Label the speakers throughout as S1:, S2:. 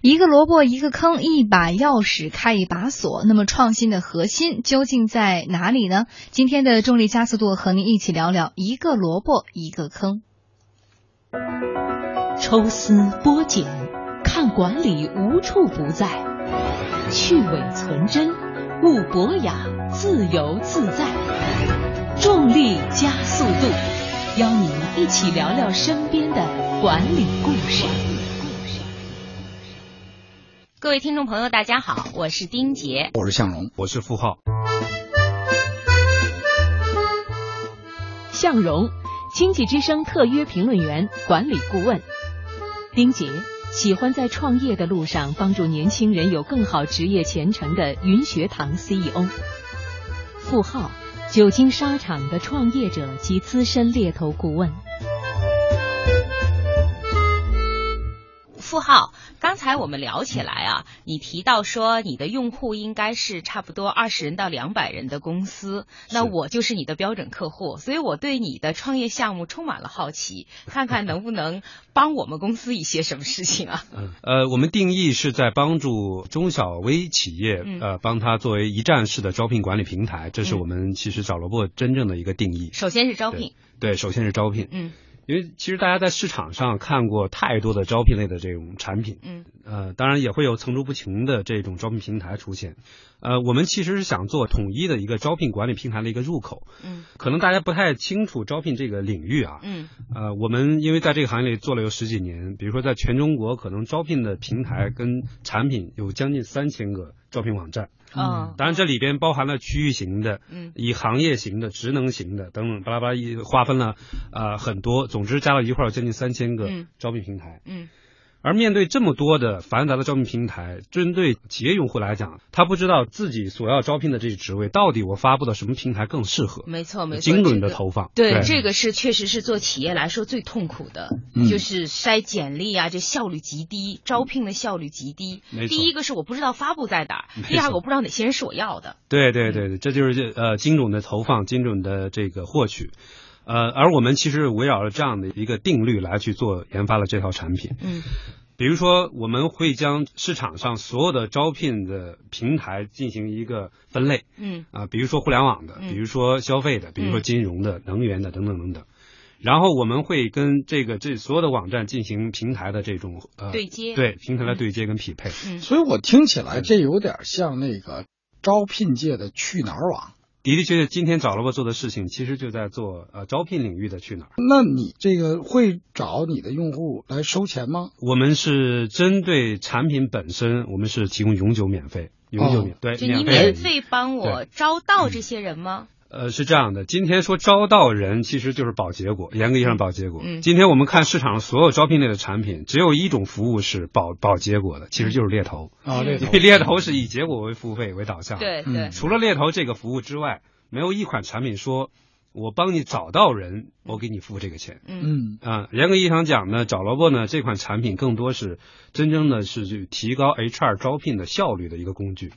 S1: 一个萝卜一个坑，一把钥匙开一把锁。那么创新的核心究竟在哪里呢？今天的重力加速度和您一起聊聊一个萝卜一个坑。
S2: 抽丝剥茧，看管理无处不在，去伪存真，悟博雅，自由自在。重力加速度，邀您一起聊聊身边的管理故事。
S3: 各位听众朋友，大家好，我是丁杰，
S4: 我是向荣，我是付浩。
S2: 向荣，经济之声特约评论员、管理顾问；丁杰，喜欢在创业的路上帮助年轻人有更好职业前程的云学堂 E CEO；付浩，久经沙场的创业者及资深猎头顾问。
S3: 付浩，刚才我们聊起来啊，你提到说你的用户应该是差不多二十人到两百人的公司，那我就是你的标准客户，所以我对你的创业项目充满了好奇，看看能不能帮我们公司一些什么事情啊？
S4: 嗯、呃，我们定义是在帮助中小微企业，呃，帮它作为一站式的招聘管理平台，这是我们其实找萝卜真正的一个定义。
S3: 首先是招聘，
S4: 对，对首先是招聘，
S3: 嗯。
S4: 因为其实大家在市场上看过太多的招聘类的这种产品，
S3: 嗯，
S4: 呃，当然也会有层出不穷的这种招聘平台出现，呃，我们其实是想做统一的一个招聘管理平台的一个入口，
S3: 嗯，
S4: 可能大家不太清楚招聘这个领域啊，
S3: 嗯，
S4: 呃，我们因为在这个行业里做了有十几年，比如说在全中国可能招聘的平台跟产品有将近三千个招聘网站。
S3: 嗯，
S4: 当然，这里边包含了区域型的，
S3: 嗯，
S4: 以行业型的、职能型的等等，巴拉巴拉一划分了，呃，很多。总之，加到一块儿将近三千个
S3: 嗯
S4: 招聘平台。
S3: 嗯，
S4: 而面对这么多的繁杂的招聘平台，针对企业用户来讲，他不知道自己所要招聘的这些职位到底我发布到什么平台更适合，
S3: 没嗯错没错，
S4: 精准
S3: 这
S4: 的
S3: 个
S4: 投放。
S3: 对，这个是确实是做企业来说最痛苦的，
S4: 嗯
S3: 就是筛简历啊，这效率极低，招聘的效率极低。
S4: 没错
S3: 第一个是我不知道发布在哪儿
S4: 没，错
S3: 第二个我不知道哪些人是我要的。
S4: 对对
S3: 嗯
S4: 对，对这就是呃精准的投放、精准的这个获取，呃，而我们其实围绕着这样的一个定律来去做研发了这套产品。
S3: 嗯
S4: 比如说，我们会将市场上所有的招聘的平台进行一个分类
S3: 嗯
S4: 啊、比如说互联网的，
S3: 嗯
S4: 比如说消费的，比如说金融的、能源的等等等等。然后我们会跟这个这所有的网站进行平台的这种呃
S3: 对接
S4: 对平台的对接跟匹配。
S3: 嗯
S5: 所以我听起来这有点像那个招聘界的去哪儿网。
S4: 的的确确，今天找萝卜做的事情，其实就在做呃招聘领域的去哪儿。
S5: 那你这个会找你的用户来收钱吗？
S4: 我们是针对产品本身，我们是提供永久免费，永久免、对
S3: 就你
S4: 免费
S3: 免费帮我招到这些人吗？
S4: 呃，是这样的，今天说招到人，其实就是保结果，严格意义上保结果。
S3: 嗯
S4: 今天我们看市场上所有招聘类的产品，只有一种服务是保保结果的，其实就是猎头，
S5: 啊，这
S3: 嗯
S5: 个
S4: 因为猎头是以结果为付费为导向。，
S3: 对
S5: 嗯
S3: 对，
S4: 除了猎头这个服务之外，没有一款产品说我帮你找到人，我给你付这个钱。
S3: 嗯
S5: 嗯，
S4: 啊、严格意义上讲呢，找萝卜呢这款产品更多是真正的是去提高 HR 招聘的效率的一个工具，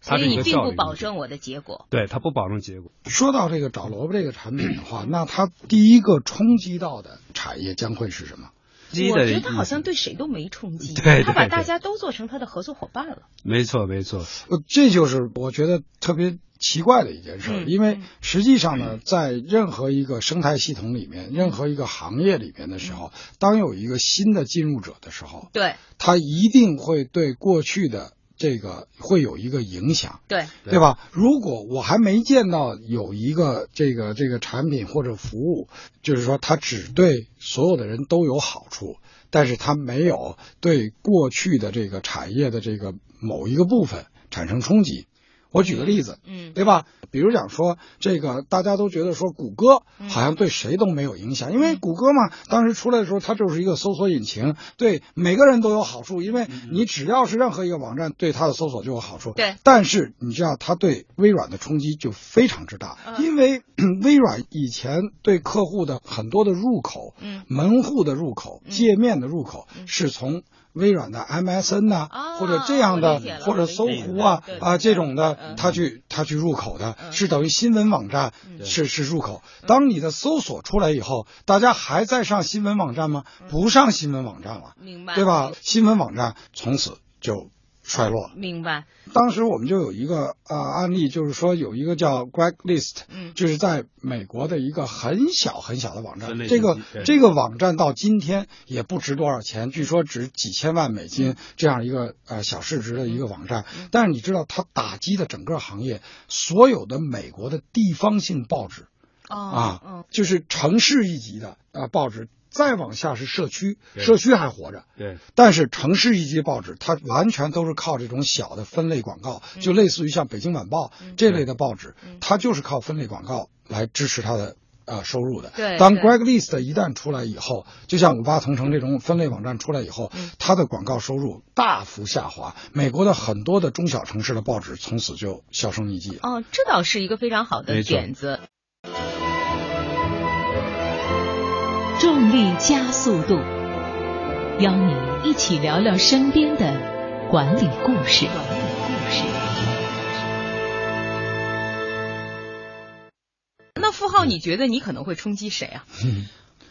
S4: 它
S3: 所
S4: 是
S3: 以
S4: 一
S3: 你
S4: 个
S3: 并
S4: 效率
S3: 不保
S4: 工具
S3: 证我的结果。
S4: 对它不保证结果。
S5: 说到这个找萝卜这个产品的话，那它第一个冲击到的产业将会是什么？
S4: 鸡
S3: 我
S4: 的
S3: 觉得
S4: 意
S3: 好
S4: 思
S3: 像对谁都没冲击，
S4: 对对
S3: 他把
S4: 对
S3: 大家都做成他的合作伙伴了。
S4: 没错，没错，
S5: 呃，这就是我觉得特别奇怪的一件事儿，
S3: 嗯
S5: 因为实际上呢，在任何一个生态系统里面，任何一个行业里面的时候，当有一个新的进入者的时候，
S3: 嗯对
S5: 它一定会对过去的这个会有一个影响。
S3: 对，
S4: 对
S5: 对吧？如果我还没见到有一个这个这个产品或者服务，就是说它只对所有的人都有好处，但是它没有对过去的这个产业的这个某一个部分产生冲击。我举个例子，
S3: 嗯
S5: 对吧？比如讲说这个，大家都觉得说谷歌
S3: 嗯
S5: 好像对谁都没有影响，因为谷歌嘛，当时出来的时候它就是一个搜索引擎，对每个人都有好处，因为你只要是任何一个网站对它的搜索就有好处。
S3: 嗯对
S5: 但是你知道它对微软的冲击就非常之大，
S3: 嗯
S5: 因为 微软以前对客户的很多的入口、
S3: 嗯
S5: 门户的入口、界面的入口
S3: 嗯
S5: 是从。微软的 MSN 呐、
S3: 啊
S5: 或者这样
S3: 我
S5: 的
S3: 理解了，
S5: 或者搜狐啊
S3: 对对对
S5: 啊这
S3: 嗯
S5: 种的，它去它去入口的，
S3: 嗯
S5: 是等于新闻网站
S3: 嗯
S5: 是是入口。当你的搜索出来以后，大家还在上新闻网站吗？
S3: 嗯
S5: 不上新闻网站了，
S3: 明白
S5: 对吧？？新闻网站从此就衰落了。
S3: 明白，
S5: 当时我们就有一个啊、呃案例，就是说有一个叫 Greg List，
S3: 嗯
S5: 就是在美国的一个很小很小的网
S4: 分
S5: 站
S4: 类，
S5: 这个
S4: 信息对
S5: 这个网站到今天也不值多少钱，据说值几千万美
S3: 嗯
S5: 金这样一个呃小市值的一个网站，但是你知道它打击的整个行业，所有的美国的地方性报纸，
S3: 哦，
S5: 啊
S3: 嗯，
S5: 就是城市一级的啊报纸，再往下是社区，
S4: 对
S5: 社区还活着，
S4: 对，
S5: 但是城市一级报纸，它完全都是靠这种小的分类广告，
S3: 嗯
S5: 就类似于像《北京晚报》这类的报纸，它就是靠分类广告来支持它的。呃，收入的。
S3: 对
S5: 当
S3: 对
S5: Greg List 一旦出来以后，就像五八同城这种分类网站出来以后，
S3: 嗯
S5: 它的广告收入大幅下滑。美国的很多的中小城市的报纸从此就销声匿迹了。
S3: 哦，这倒是一个非常好的
S4: 没错
S3: 点子。
S2: 重力加速度，邀你一起聊聊身边的管理故事。管理故事。
S3: 那付浩，你觉得你可能会冲击谁啊？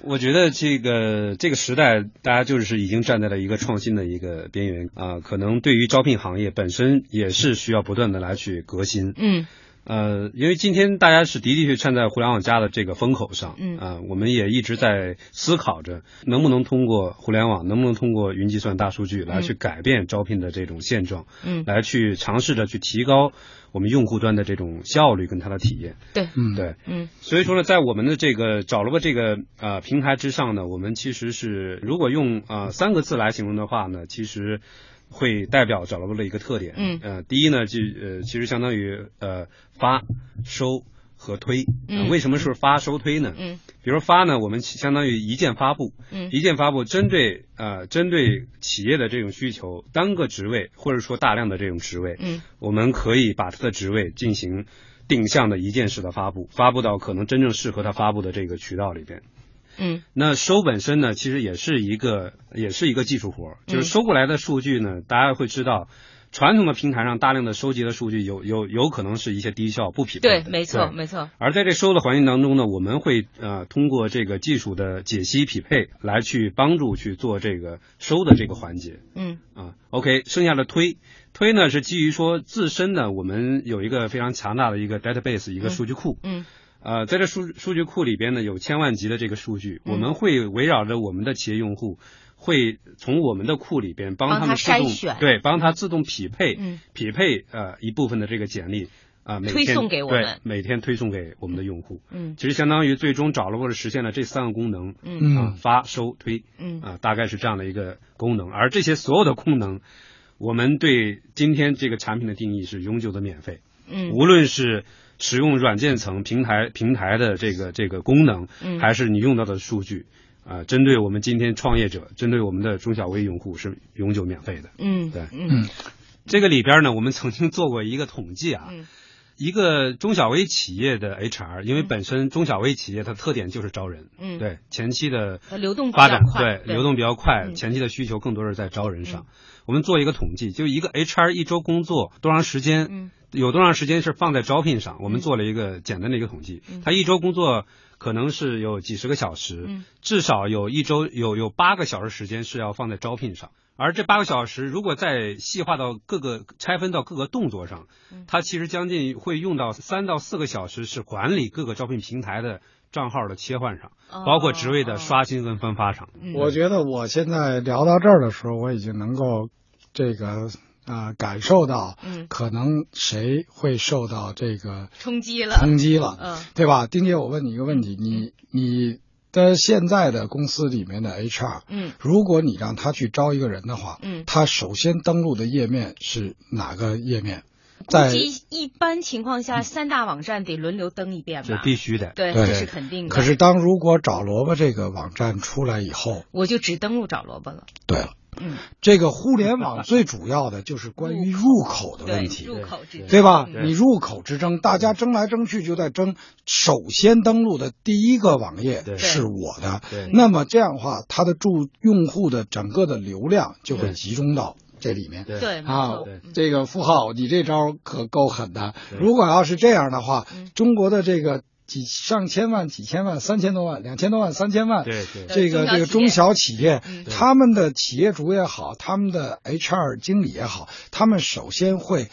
S4: 我觉得这个这个时代，大家就是已经站在了一个创新的一个边缘啊、可能对于招聘行业本身也是需要不断的来去革新。
S3: 嗯
S4: 呃，因为今天大家是的的确确站在互联网加的这个风口上，
S3: 嗯
S4: 啊、我们也一直在思考着能不能通过互联网，能不能通过云计算、大数据来去改变招聘的这种现状，
S3: 嗯，
S4: 来去尝试着去提高我们用户端的这种效率跟它的体验。
S3: 对，
S5: 嗯，
S4: 对，
S3: 嗯
S4: 所以说呢，在我们的这个找了个这个呃平台之上呢，我们其实是如果用呃三个字来形容的话呢，其实会代表找了的一个特点。
S3: 嗯
S4: 呃，第一呢，就呃其实相当于呃发、收和推。呃
S3: 嗯
S4: 为什么是发、收、推呢？
S3: 嗯
S4: 比如发呢，我们其相当于一键发布，
S3: 嗯
S4: 一键发布针对呃针对企业的这种需求，单个职位或者说大量的这种职位，
S3: 嗯
S4: 我们可以把它的职位进行定向的一键式的发布，发布到可能真正适合它发布的这个渠道里边。
S3: 嗯
S4: 那收本身呢，其实也是一个也是一个技术活
S3: 嗯
S4: 儿，就是收过来的数据呢，大家会知道。传统的平台上大量的收集的数据有有有可能是一些低效不匹配
S3: 对，
S4: 的
S3: 没错没错，
S4: 而在这收的环境当中呢，我们会呃通过这个技术的解析匹配来去帮助去做这个收的这个环节
S3: 嗯
S4: 啊。OK，剩下的推推呢是基于说自身呢，我们有一个非常强大的一个 database 一个数据库，
S3: 嗯
S4: 呃，在这数数据库里边呢有千万级的这个数据，
S3: 嗯
S4: 我们会围绕着我们的企业用户。会从我们的库里边帮
S3: 帮
S4: 他
S3: 他
S4: 们自动
S3: 筛选
S4: 对，帮他自动匹配、
S3: 嗯
S4: 匹配呃一部分的这个简历啊、每
S3: 推
S4: 天
S3: 送给我
S4: 对
S3: 们
S4: 每天推送给我们的用户。
S3: 嗯
S4: 其实相当于最终找了或者实现了这三个功能，
S3: 嗯
S5: 嗯
S4: 啊，发、收、推，
S3: 嗯
S4: 啊，大概是这样的一个功能。而这些所有的功能，我们对今天这个产品的定义是永久的免费，
S3: 嗯
S4: 无论是使用软件层平台平台的这个这个功能，
S3: 嗯
S4: 还是你用到的数据。啊，针对我们今天创业者，针对我们的中小微用户是永久免费的。
S3: 嗯
S4: 对
S3: 嗯
S4: 这个里边呢，我们曾经做过一个统计啊，
S3: 嗯
S4: 一个中小微企业的 HR，因为本身中小微企业它特点就是招人，
S3: 嗯
S4: 对前期的
S3: 呃流动比
S4: 发
S3: 较
S4: 展，
S3: 快对
S4: 对流动比较快，
S3: 嗯
S4: 前期的需求更多是在招人上。我们做一个统计，就一个 HR 一周工作多长时间，
S3: 嗯
S4: 有多长时间是放在招聘上，我们做了一个简单的一个统计，他一周工作可能是有几十个小时，
S3: 嗯
S4: 至少有一周有有八个小时时间是要放在招聘上。而这八个小时，如果再细化到各个拆分到各个动作上，它其实将近会用到三到四个小时，是管理各个招聘平台的账号的切换上，
S3: 哦
S4: 包括职位的刷新跟分发上。
S3: 嗯
S5: 我觉得我现在聊到这儿的时候，我已经能够这个啊、呃感受到
S3: 嗯，
S5: 可能谁会受到这个
S3: 冲击了，
S5: 冲击了，
S3: 嗯
S5: 对吧？丁姐，我问你一个问题，你你的现在的公司里面的 HR，
S3: 嗯
S5: 如果你让他去招一个人的话，
S3: 嗯
S5: 他首先登录的页面是哪个页面？
S3: 估
S5: 在
S3: 计一般情况下三大网站得轮流登一遍
S4: 这
S3: 吧，
S4: 必须的，
S3: 对，
S5: 对
S3: 这是肯定的。
S5: 可是当如果找萝卜这个网站出来以后，
S3: 我就只登录找萝卜了，
S5: 对了，
S3: 嗯，
S5: 这个互联网最主要的就是关于入口的
S3: 对
S5: 问，题，
S3: 入口之
S5: 对吧？
S3: 嗯
S5: 你入口之争，大家争来争去就在争，首先登录的第一个网页
S4: 对
S5: 是我的，
S4: 对
S5: 那么这样的话，它的注用户的整个的流量就会
S4: 对
S5: 集中到这里面。
S4: 对
S3: 对没
S5: 啊
S3: 错
S4: 对
S3: 嗯
S5: 这个富浩，你这招可够狠的。
S4: 对
S5: 如果要是这样的话
S3: 嗯，
S5: 中国的这个几上千万、几千万、三千多万、两千多万、三千万，
S4: 对对
S5: 这个这个中小企业
S3: 嗯，
S5: 他们的企业主也好，他们的 HR 经理也好，他们首先会。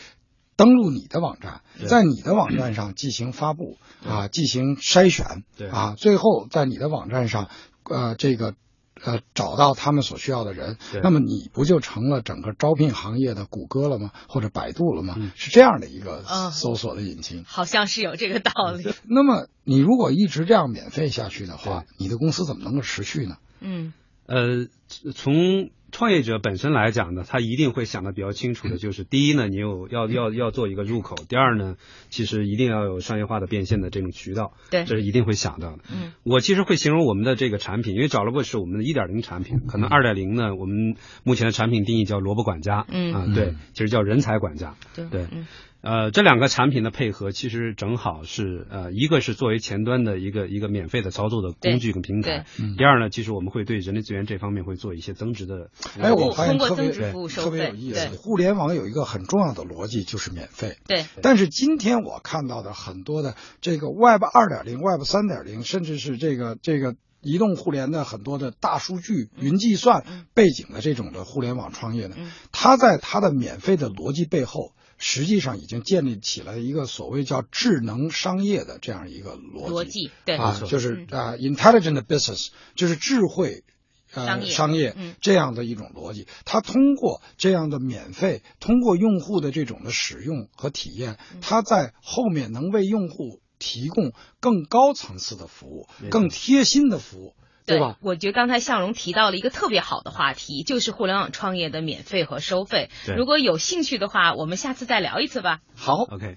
S5: 登录你的网站，
S4: 对
S5: 在你的网站上进行发布啊，进行筛选
S4: 对
S5: 啊，最后在你的网站上，呃，这个呃找到他们所需要的人
S4: 对，
S5: 那么你不就成了整个招聘行业的谷歌了吗？或者百度了吗？
S4: 嗯
S5: 是这样的一个
S3: 嗯
S5: 搜索的引擎。
S3: 好像是有这个道理。
S5: 那么你如果一直这样免费下去的话，你的公司怎么能够持续呢？
S3: 嗯，
S4: 呃，从创业者本身来讲呢，他一定会想的比较清楚的，就是第一呢，你有要要要做一个入口；第二呢，其实一定要有商业化的变现的这种渠道，
S3: 对
S4: 这是一定会想到的。
S3: 嗯，
S4: 我其实会形容我们的这个产品，因为找萝卜是我们的一点零产品，可
S3: 嗯
S4: 能二点零呢，我们目前的产品定义叫萝卜管家，
S3: 嗯
S4: 啊，对
S5: 嗯，
S4: 其实叫人才管家，
S3: 对
S4: 对
S3: 嗯
S4: 呃，这两个产品的配合，其实正好是呃，一个是作为前端的一个一个免费的操作的工具跟平台，第二呢，其实我们会对人力资源这方面会做一些增值的呃服务。
S5: 哎，我发现
S3: 通过
S5: 特
S3: 增
S5: 别
S3: 值服务收
S5: 特别
S3: 费
S5: 有意思
S3: 对。
S5: 互联网有一个很重要的逻辑就是免费，
S3: 对，
S5: 但是今天我看到的很多的这个 Web 二点零、Web 三点零，甚至是这个这个移动互联的很多的大数据、云计算背景的这种的互联网创业呢
S3: 嗯，
S5: 它在它的免费的逻辑背后。实际上已经建立起来一个所谓叫智能商业的这样一个
S3: 逻辑对，
S5: 啊，
S4: 错
S5: 就是啊、i n t e l ligent business 就是智慧。呃，
S3: 商业嗯
S5: 这样的一种逻辑，它通过这样的免费，通过用户的这种的使用和体验，
S3: 嗯
S5: 它在后面能为用户提供更高层次的服务
S4: 没错，
S5: 更贴心的服务，对吧？
S3: 我觉得刚才向荣提到了一个特别好的话题，就是互联网创业的免费和收费。
S4: 对
S3: 如果有兴趣的话，我们下次再聊一次吧。
S5: 好，
S4: OK。